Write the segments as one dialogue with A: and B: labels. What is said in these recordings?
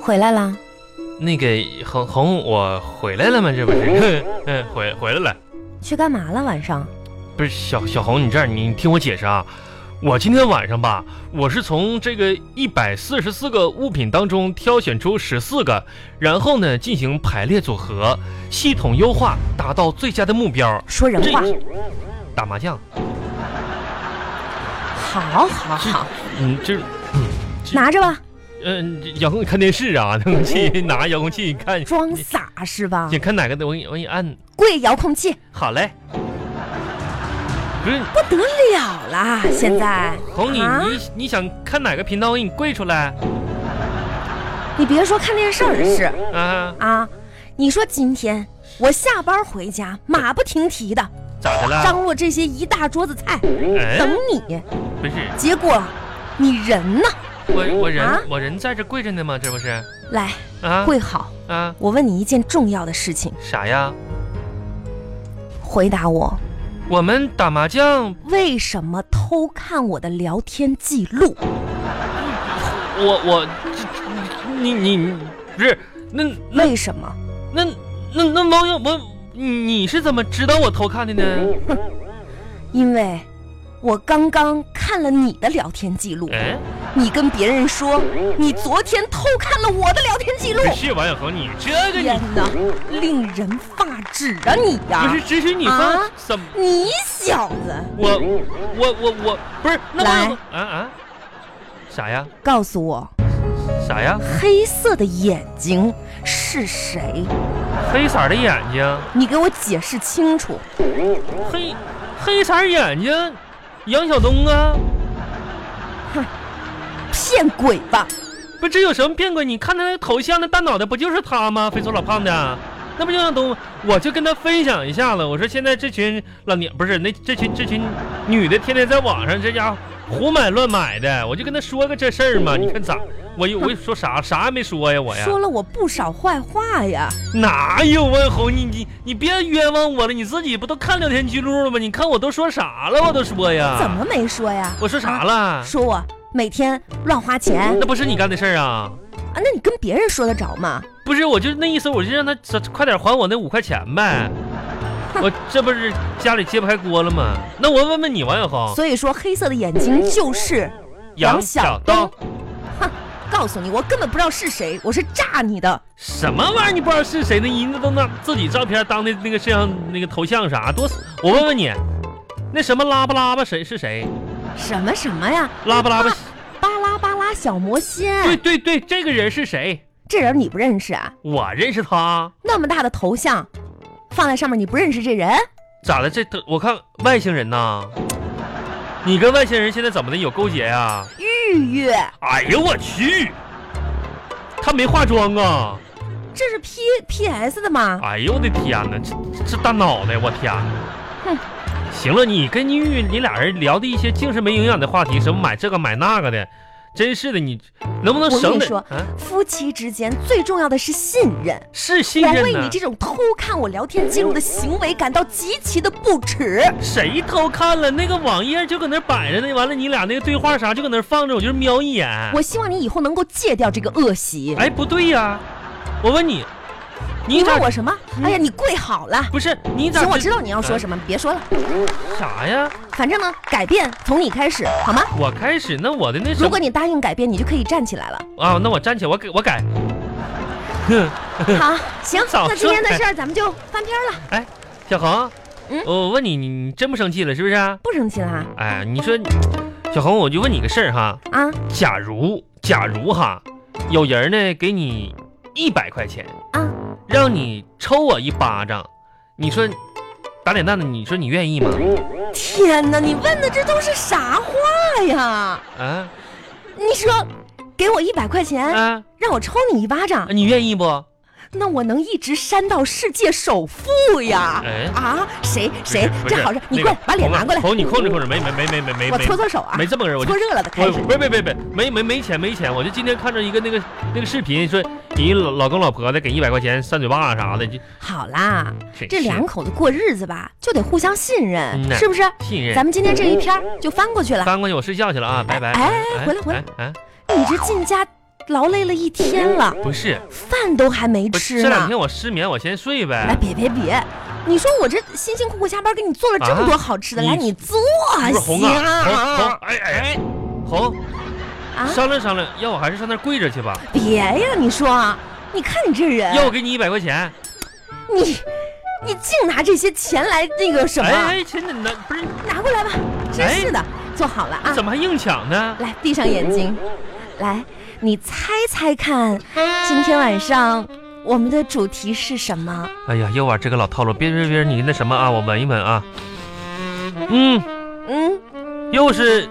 A: 回来啦？
B: 那个红红，我回来了吗？这不是， 嗯，回回来了。
A: 去干嘛了？晚上？
B: 不是小小红，你这样，你听我解释啊。我今天晚上吧，我是从这个一百四十四个物品当中挑选出十四个，然后呢进行排列组合，系统优化，达到最佳的目标。
A: 说人话。
B: 打麻将，
A: 好好好，
B: 嗯，这，
A: 拿着吧，
B: 嗯、遥控看电视啊，遥控器拿遥控器看，
A: 装傻是吧？
B: 你看哪个的，我给你我给你按，
A: 跪遥控器，
B: 好嘞。不是
A: 不得了啦！现在
B: 红，你
A: 啊
B: 你你想看哪个频道？我给你跪出来
A: 你别说看电视儿是
B: 啊！
A: 啊，你说今天我下班回家，马不停蹄的
B: 咋的了？
A: 张罗这些一大桌子菜
B: 啊哎
A: 等，你，
B: 不是
A: 结果你人呢？
B: 我我
A: 啊
B: 人我人在这跪着呢吗？这不是
A: 来
B: 啊
A: 跪好，
B: 啊
A: 我问你一件重要的事情，
B: 啥呀？
A: 回答我
B: 我们打麻将，
A: 为什么偷看我的聊天记录？
B: 我我这你你你不是那那
A: 为什么？
B: 那那那网友我你是怎么知道我偷看的呢？
A: 嗯因为我刚刚看了你的聊天记录，
B: 哎，
A: 你跟别人说你昨天偷看了我的聊天记录，
B: 不是王小红，你这个
A: 天
B: 你
A: 哪，令人发指啊你呀、
B: 不是只许你放
A: 啊
B: 怎么？
A: 你小子，
B: 我我我我不是那
A: 来
B: 王小红啊啊啥呀
A: 告诉我
B: 啥呀？
A: 黑色的眼睛是谁？
B: 黑色儿的眼睛，
A: 你给我解释清楚。
B: 黑黑色儿眼睛，杨晓东啊，
A: 骗鬼吧！
B: 不这有什么变故？你看他那头像，那大脑袋不就是他吗？肥瘦老胖的，那不就杨晓东？我就跟他分享一下了，我说现在这群老娘不是那这群这群女的，天天在网上这家伙胡买乱买的，我就跟他说个这事儿嘛。你看咋？我有我有说啥啥也没说呀，我呀
A: 哦说了我不少坏话呀，
B: 哪有啊红你你你别冤枉我了，你自己不都看聊天记录了吗？你看我都说啥了，我都说呀，
A: 怎么没说呀？
B: 我说啥
A: 啊？
B: 了？
A: 说我每天乱花钱啊？
B: 那不是你干的事儿啊！
A: 那你跟别人说得着吗？
B: 不是，我就那意思，我就让他早快点还我那五块钱呗。我这不是家里揭不开锅了吗？那我问问你，王小红，
A: 所以说黑色的眼睛就是，杨晓东哼，告诉你，我根本不知道是谁，我是炸你的。
B: 什么玩意儿？你不知道是谁呢？人家都拿自己照片当的那个摄像那个头像啥，多我问问你，那什么拉巴拉巴谁是谁？
A: 什么什么呀？
B: 拉巴拉巴，
A: 巴拉巴拉小魔
B: 对
A: 仙，
B: 对对，这个人是谁？
A: 这人你不认识啊？
B: 我认识他，
A: 那么大的头像，放在上面你不认识这人？
B: 咋的？这我看外星人呐，你跟外星人现在怎么的有勾结呀、啊
A: 玉玉，
B: 哎呀，我去！他没化妆啊！
A: 这是 P P S 的吗？
B: 哎呦我的天哪，这这大脑袋，我天
A: 哼
B: 哪！行了，你跟玉玉你俩人聊的一些净是没营养的话题，什么买这个买那个的，真是的，你能不能
A: 我跟
B: 省
A: 你
B: 点？
A: 说
B: 啊，
A: 夫妻之间最重要的是信任。
B: 是信
A: 我
B: 任
A: 为
B: 呢
A: 你这？种偷看我聊天记录的行为感到极其的不耻。
B: 谁偷看了那个网页就搁那摆着呢？完了，你俩那个对话啥就搁那放着，我就是瞄一眼。
A: 我希望你以后能够戒掉这个恶习。
B: 哎，不对呀、我问你，
A: 你
B: 你咋
A: 问我什么？哎呀，你跪好了。
B: 不是你哎咋？
A: 行，我知道你要说什么，别说了。
B: 啥呀？
A: 反正呢，改变从你开始，好吗？
B: 我开始那我的那什么
A: 如果你答应改变，你就可以站起来 了。
B: 啊，那我站起来，我给我改。哼，
A: 好，行，
B: 早
A: 那今天的
B: 说
A: 事儿咱们就翻篇了，
B: 哎，小红，
A: 嗯
B: 我问你，你你真不生气了是不是？
A: 不生气了啊
B: 哎，你说，小红，我就问你个事儿哈，
A: 啊？
B: 假如假如哈，有人呢给你一百块钱
A: 啊，
B: 让你抽我一巴掌，你说打脸蛋子，你说你愿意吗？
A: 天哪，你问的这都是啥话呀？
B: 啊
A: 你说，给我一百块钱，
B: 啊，
A: 让我抽你一巴掌，
B: 你愿意不？
A: 那我能一直扇到世界首富呀？
B: 哎
A: 啊，谁谁
B: 不是
A: 这好事，你
B: 那
A: 过
B: 个
A: 来把脸
B: 红啊
A: 拿过来，
B: 红，你控制控制，没没没没没没，
A: 我
B: 没
A: 搓搓手啊，
B: 没这么个人，我就
A: 搓热了的
B: 我
A: 开始。
B: 别别别别，没没没钱没钱，我就今天看着一个那个那个视频，说你老老公老婆的给一百块钱扇嘴巴子啥的，就
A: 好啦，
B: 真
A: 这
B: 是
A: 两口子过日子吧，就得互相信
B: 嗯
A: 任，
B: 呐
A: 是不是？
B: 信
A: 咱
B: 任。
A: 们今天这一篇儿就翻过去了。
B: 翻过去我睡觉去了啊，拜拜。
A: 哎哎回来回来
B: 来。哎，
A: 你这进家劳累了一天了，
B: 不是，
A: 饭都还没
B: 不是
A: 吃
B: 这两
A: 呢。
B: 天嗯我失眠，我先睡
A: 哎，
B: 呗。
A: 别别别，你说我这辛辛苦苦下班给你做了这么多好吃的，
B: 啊
A: 来你坐
B: 不是红
A: 哎行
B: 啊，红红，哎哎，红，
A: 啊
B: 商量商量，要我还是上那儿跪着去吧？
A: 别呀，你说，啊，你看你这人，
B: 要我给你一百块钱？
A: 你你净拿这些钱来那个什么，啊
B: 哎哎，真的呢，不是，
A: 拿过来吧，真是的，坐好了啊，
B: 怎么还硬抢呢？
A: 来闭上眼睛，来，你猜猜看，今天晚上我们的主题是什么？
B: 哎呀，又玩这个老套路，别别别，你那什么啊，我闻一闻啊。嗯，
A: 嗯，
B: 又是，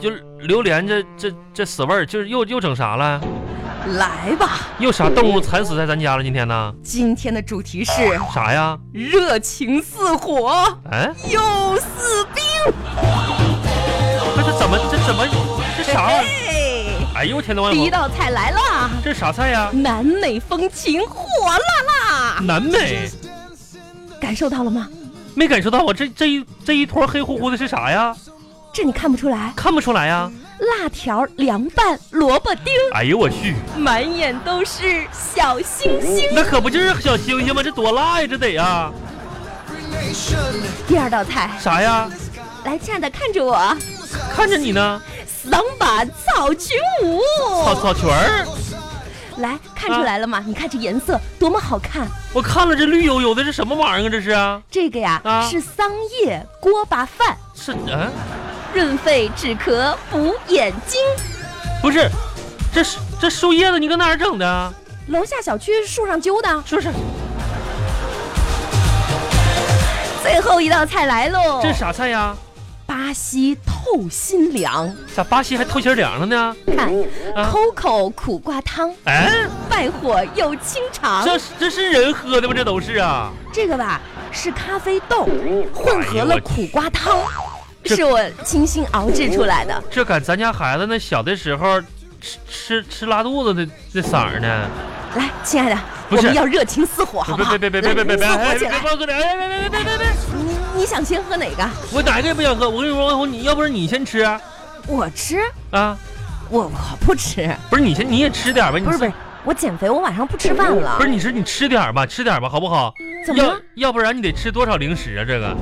B: 就榴莲这这这死味儿，就是又又整啥了？
A: 来吧，
B: 又啥动物惨死在咱家了？今天呢？
A: 今天的主题是
B: 啥呀？
A: 热情似火
B: 哎，
A: 又似冰。
B: 不是怎么这怎么这啥玩意儿？
A: 嘿
B: 哎呦我天呐，我
A: 第一
B: 我
A: 道菜来了，
B: 这啥菜呀？
A: 南美风情火辣辣，
B: 南美
A: 感受到了吗？
B: 没感受到我这这一这一坨黑乎乎的是啥呀？
A: 这你看不出来，
B: 看不出来呀？
A: 辣条、凉拌、萝卜丁，
B: 哎呦我去，
A: 满眼都是小星星。
B: 那可不就是小星星吗？这多辣呀，这得呀？
A: 第二道菜，
B: 啥呀？
A: 来，亲爱的，看着我，
B: 看着你呢，
A: 桑巴草裙舞。
B: 草草裙儿，
A: 来看出来了吗？你看这颜色多么好看！
B: 我看了这绿油油的，这什么玩意儿啊？这是啊？
A: 这个呀、
B: 啊
A: 是桑叶锅巴饭，
B: 是嗯、
A: 润肺止咳补眼睛。
B: 不是，这是这树叶子你搁哪儿整的啊？
A: 楼下小区树上揪的。
B: 就是
A: 最后一道菜来喽，
B: 这是啥菜呀？
A: 巴西透心凉，
B: 咋巴西还透心凉了呢？
A: 看
B: 啊
A: ，Coco 苦瓜汤，
B: 哎，
A: 败火又清肠。
B: 这这是人喝的吗？这都是啊？
A: 这个吧是咖啡豆混合
B: 哎
A: 了
B: 呦我
A: 苦瓜汤，
B: 这
A: 是我精心熬制出来的。
B: 这赶咱家孩子那小的时候吃吃吃拉肚子的那色儿呢？
A: 来，亲爱的，
B: 不
A: 我
B: 是
A: 们要热情似火，好不好？
B: 别别别别别别别别！
A: 来
B: 哎
A: 火起
B: 别别
A: 来！
B: 告诉你！哎别别别别别别！
A: 你你想先喝哪个？
B: 我哪个也不想喝。我跟你说，王红，你要不是你先吃啊？
A: 我吃，
B: 啊，
A: 我我不吃，
B: 不是你先你也吃点吧？你
A: 不是不是，我减肥，我晚上不吃饭了。
B: 不是，你是你吃点儿吧，吃点儿吧，好不好？
A: 怎么
B: 要
A: 了？
B: 要不然你得吃多少零食啊？这个，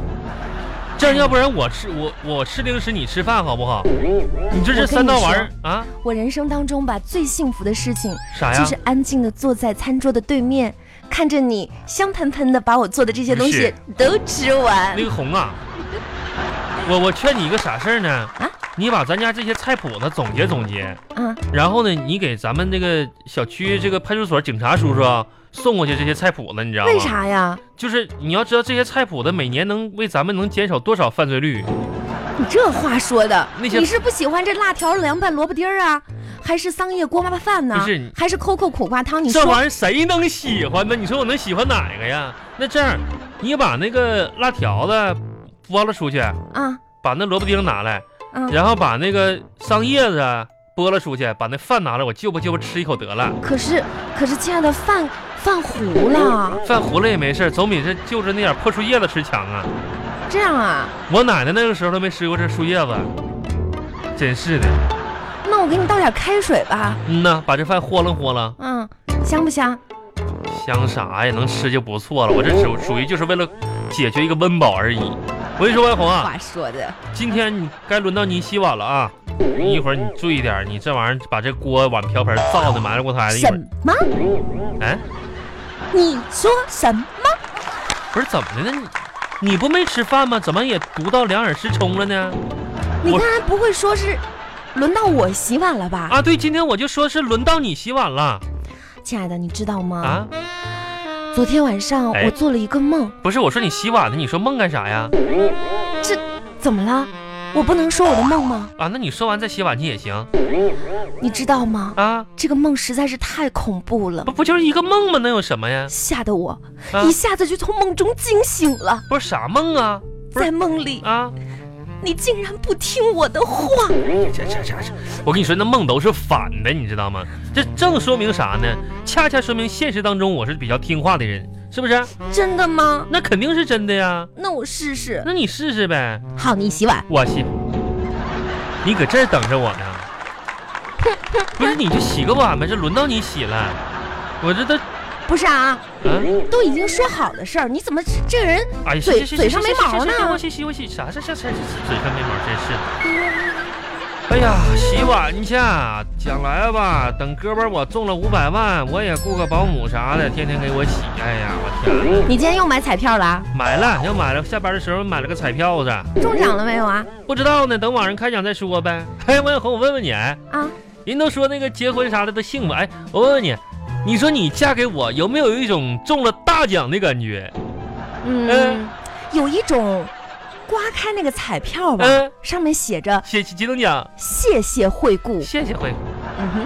B: 这样要不然我吃我我吃零食，你吃饭好不好？你这
A: 我跟
B: 是
A: 你
B: 三道玩意儿啊？
A: 我人生当中吧，最幸福的事情
B: 啥呀
A: 就是安静的坐在餐桌的对面，看着你香喷喷的把我做的这些东西都吃完
B: 那。个红啊，我我劝你一个啥事儿呢？
A: 啊
B: 你把咱家这些菜谱子总结总结，
A: 啊，
B: 然后呢，你给咱们这个小区这个派出所警察叔叔啊送过去这些菜谱子，你知道吗？
A: 为？啥呀？
B: 就是你要知道这些菜谱子每年能为咱们能减少多少犯罪率。
A: 你这话说的，
B: 那些
A: 你是不喜欢这辣条、凉拌萝卜丁儿啊，还是桑叶锅巴饭呢？
B: 不是你
A: 还是 COCO 苦瓜汤？你
B: 这
A: 说
B: 玩意儿谁能喜欢呢？你说我能喜欢哪个呀？那这样，你把那个辣条子剥了出去，
A: 啊
B: 把那萝卜丁拿来，
A: 啊，
B: 然后把那个桑叶子剥了出去，把那饭拿来，我就吧就吧吃一口得了。
A: 可是可是，亲爱的，饭饭糊了，
B: 饭糊了也没事儿，总比这就着那点破树叶子吃强啊！
A: 这样啊？
B: 我奶奶那个时候都没吃过这树叶子，真是的。
A: 那我给你倒点开水吧。
B: 嗯呐，把这饭和楞和楞，
A: 嗯，香不香？
B: 香啥呀？能吃就不错了。我这属属于就是为了解决一个温饱而已。我跟你说，万红啊，
A: 话说的，
B: 今天你该轮到你洗碗了啊！你一会儿你注意点儿，你这玩意儿把这锅碗瓢盆造的埋了锅台的，一会
A: 什
B: 儿
A: 么？
B: 哎，
A: 你说什么？
B: 不是怎么的呢？你你不没吃饭吗？怎么也读到两耳失聪了呢？
A: 你
B: 我
A: 刚才不会说是轮到我洗碗了吧？
B: 啊，对，今天我就说是轮到你洗碗了
A: 亲爱的，你知道吗？
B: 啊！
A: 昨天晚上
B: 哎
A: 我做了一个梦，
B: 不是，我说你洗碗呢，你说梦干啥呀？
A: 怎么了？我不能说我的梦吗？
B: 啊，那你说完再洗碗去也行
A: 你知道吗？
B: 啊，
A: 这个梦实在是太恐怖了
B: 不，不就是一个梦吗？能有什么呀？
A: 吓得我、
B: 啊
A: 一下子就从梦中惊醒了。
B: 不是啥梦啊不是
A: 在梦里，
B: 啊！
A: 你竟然不听我的话！
B: 这这这这，我跟你说，那梦都是反的，你知道吗？这正说明啥呢？恰恰说明现实当中我是比较听话的人，是不是？
A: 真的吗？
B: 那肯定是真的呀。
A: 那我试试。
B: 那你试试呗，
A: 好，你洗碗。
B: 我去，你搁这儿等着我呢。不是你就洗个碗呗，这轮到你洗了，我这都
A: 不是啊，
B: 啊，
A: 都已经说好的事儿，你怎么这个人
B: 哎呀，
A: 嘴
B: 行行行
A: 嘴上没
B: 行行
A: 毛
B: 行行
A: 呢
B: 我洗洗我洗啥这这这这嘴上没毛，真是。哎呀，洗碗去，将来吧，等哥们儿我中了五百万，我也雇个保姆啥的，天天给我洗。哎呀，我天啊，
A: 你今天又买彩票了啊？
B: 买了又买了，下班的时候买了个彩票子，
A: 中奖了没有啊？
B: 不知道呢，等晚上开奖再说呗。 哎，万红，我问问你，哎
A: 啊，
B: 人都说那个结婚啥的都幸福，哎，我问问你，你说你嫁给我有没有一种中了大奖的感觉？
A: 嗯
B: 嗯，
A: 有一种刮开那个彩票吧，
B: 嗯，
A: 上面写着
B: 谢激动奖，
A: “谢谢惠顾
B: 谢谢惠顾，”，
A: 嗯哼，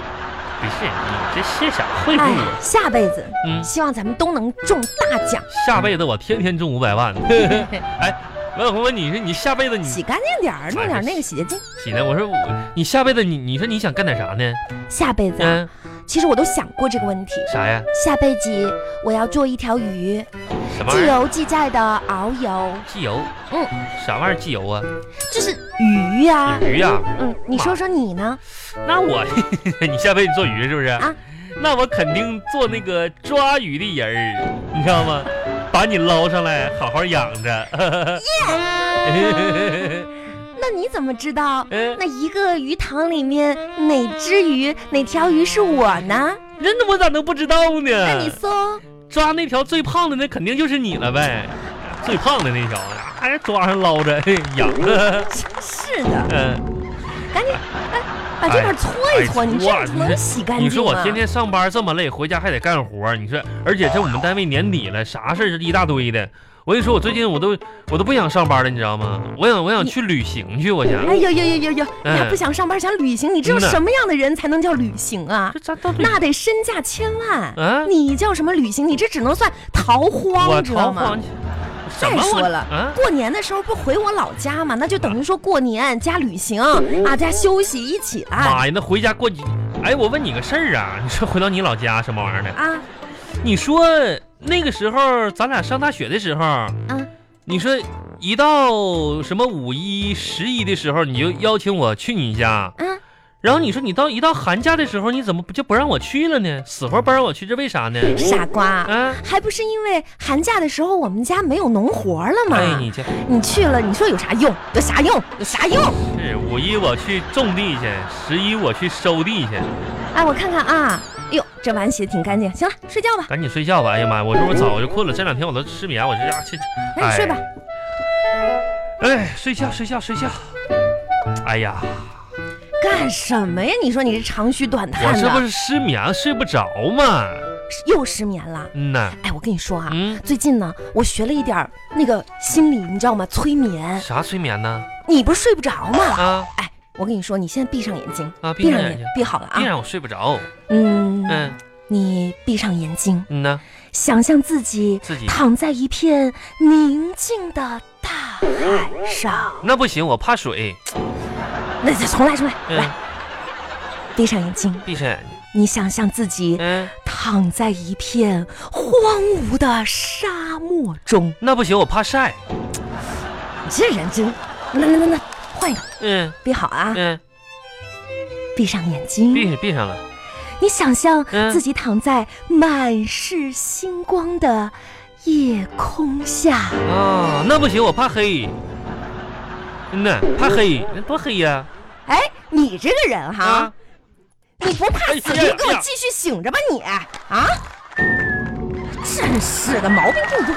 B: 不是你这谢啥惠顾
A: 哎
B: 啊？，
A: 下辈子
B: 嗯，
A: 希望咱们都能中大奖，
B: 下辈子我天天中五 百万。哎，万红问你说你下辈子你
A: 洗干净点
B: 哎
A: 儿，弄点儿那个洗洁精。
B: 洗呢？我说我你下辈子你你说你想干点啥呢？
A: 下辈子啊，
B: 嗯，
A: 其实我都想过这个问题。
B: 啥呀？
A: 下辈子我要做一条鱼，
B: 什么
A: 既
B: 玩意儿？
A: 游既在的遨游，
B: 机油？
A: 嗯，
B: 啥玩意儿机油啊？
A: 就是鱼呀、
B: 鱼啊呀、
A: 嗯，你说说你呢？
B: 那我你下辈子做鱼是不是？
A: 啊
B: 那我肯定做那个抓鱼的人儿，你知道吗？把你捞上来，好好养着。
A: 那你怎么知道
B: 嗯，
A: 那一个鱼塘里面哪只鱼哪条鱼是我呢？
B: 真的我咋能不知道呢？
A: 那你搜，
B: 抓那条最胖的，那肯定就是你了呗。最胖的那条，还是抓上捞着嘿养。
A: 是的，
B: 嗯，
A: 赶紧把这块搓一搓，
B: 哎
A: 你这样能洗干净吗？
B: 你说我天天上班这么累，回家还得干活，你说，而且这我们单位年底了，啥事儿一大堆的。我跟你说，我最近我都我都不想上班了，你知道吗？我想我想
A: 你
B: 去旅行去，我想。
A: 哎呦呦呦呦呦！你
B: 嗯
A: 还不想上班，想旅行？你知道
B: 真的
A: 什么样的人才能叫旅行啊？
B: 这咱到底
A: 那得身价千万。
B: 啊？
A: 你叫什么旅行？你这只能算逃荒，
B: 我
A: 知道
B: 逃
A: 吗
B: 荒？去。
A: 再
B: 什么我
A: 说了
B: 啊，
A: 过年的时候不回我老家吗？那就等于说过年加旅行啊，加休息一起来
B: 妈呀，那回家过几？哎，我问你个事儿啊，你说回到你老家什么玩意儿的？
A: 啊。
B: 你说那个时候咱俩上大学的时候，
A: 嗯，
B: 你说一到什么五一、十一的时候，你就邀请我去你家，
A: 嗯，
B: 然后你说你到一到寒假的时候，你怎么不就不让我去了呢？死活不让我去，这为啥呢？
A: 傻瓜，
B: 啊，
A: 还不是因为寒假的时候我们家没有农活了吗？
B: 哎，你这
A: 你去了，你说有啥用？有啥用？有啥用？
B: 是五一我去种地去，十一我去收地去，
A: 哎，我看看啊，哎呦，这碗洗的挺干净。行了，睡觉吧，
B: 赶紧睡觉吧。哎呀妈呀，我说我早就困了，这两天我都失眠，我这家去，
A: 赶哎紧睡吧。
B: 哎，睡觉睡觉睡觉。哎呀，
A: 干什么呀？你说你这长吁短
B: 我
A: 叹
B: 这不
A: 的，
B: 是失眠睡不着嘛？
A: 又失眠了。
B: 嗯呐，
A: 哎，我跟你说啊，
B: 嗯，
A: 最近呢，我学了一点儿那个心理，你知道吗？催眠。
B: 啥催眠呢？
A: 你不是睡不着吗？
B: 啊
A: 哎，我跟你说，你现在闭上眼睛，
B: 啊，闭
A: 闭
B: 上
A: 上眼
B: 眼睛，，
A: 闭好了
B: 必
A: 啊。
B: 然我睡不着。
A: 嗯，
B: 嗯
A: 你闭上眼睛，
B: 嗯呐，
A: 想象自己
B: 自己
A: 躺在一片宁静的大海上。
B: 那不行，我怕水。
A: 那再重来，重来，
B: 嗯
A: 来，，闭上眼睛，
B: 闭上眼睛。
A: 你想象自己
B: 嗯，
A: 躺在一片荒芜的沙漠中。
B: 那不行，我怕晒。
A: 啊你这人真……那那那那，换一个，
B: 嗯
A: 闭好啊，
B: 嗯，
A: 闭上眼睛，
B: 闭闭嗯上了。
A: 你想象
B: 嗯
A: 自己躺在满是星光的夜空下。
B: 啊，那不行，我怕黑。嗯呐，怕黑，那多黑呀！
A: 哎，你这个人哈，
B: 啊，
A: 你不怕死
B: 哎呀
A: 就给我
B: 呀
A: 继续醒着吧你啊！真是的，毛病不多